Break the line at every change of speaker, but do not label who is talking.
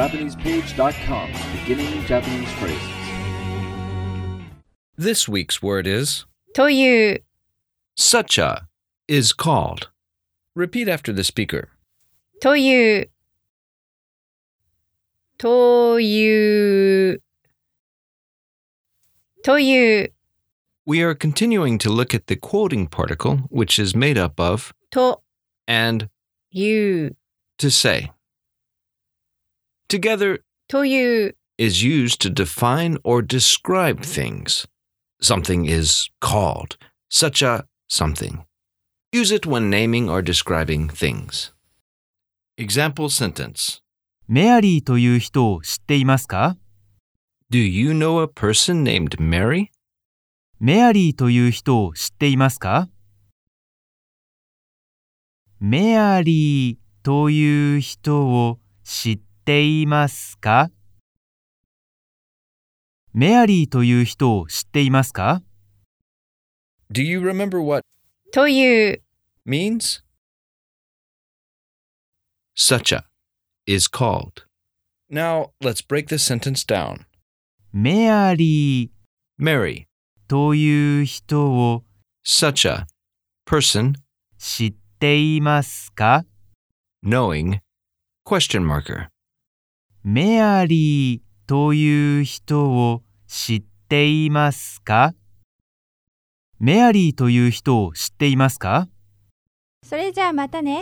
JapanesePage.com, beginning Japanese phrases.
This week's word is
という
such a is called. Repeat after the speaker.
というというという、
We are continuing to look at the quoting particle, which is made up of
と
and
いう、
to say. Together
という、
is used to define or describe things. Something is called such a something. Use it when naming or describing things. Example sentence
メアリーという人を知っていますか
Do you know a person named Mary?
メアリーという人を知っていますかメアリーという人を知っていますかメアリーという人を知っていますか
Do you remember what
という、
means? Such a is called. Now let's break this sentence down.
メアリー
Mary,
という人を
such a person
知っていますか
knowing question marker.
メアリーという人を知っていますかメアリーという人を知っていますか
それじゃあまたね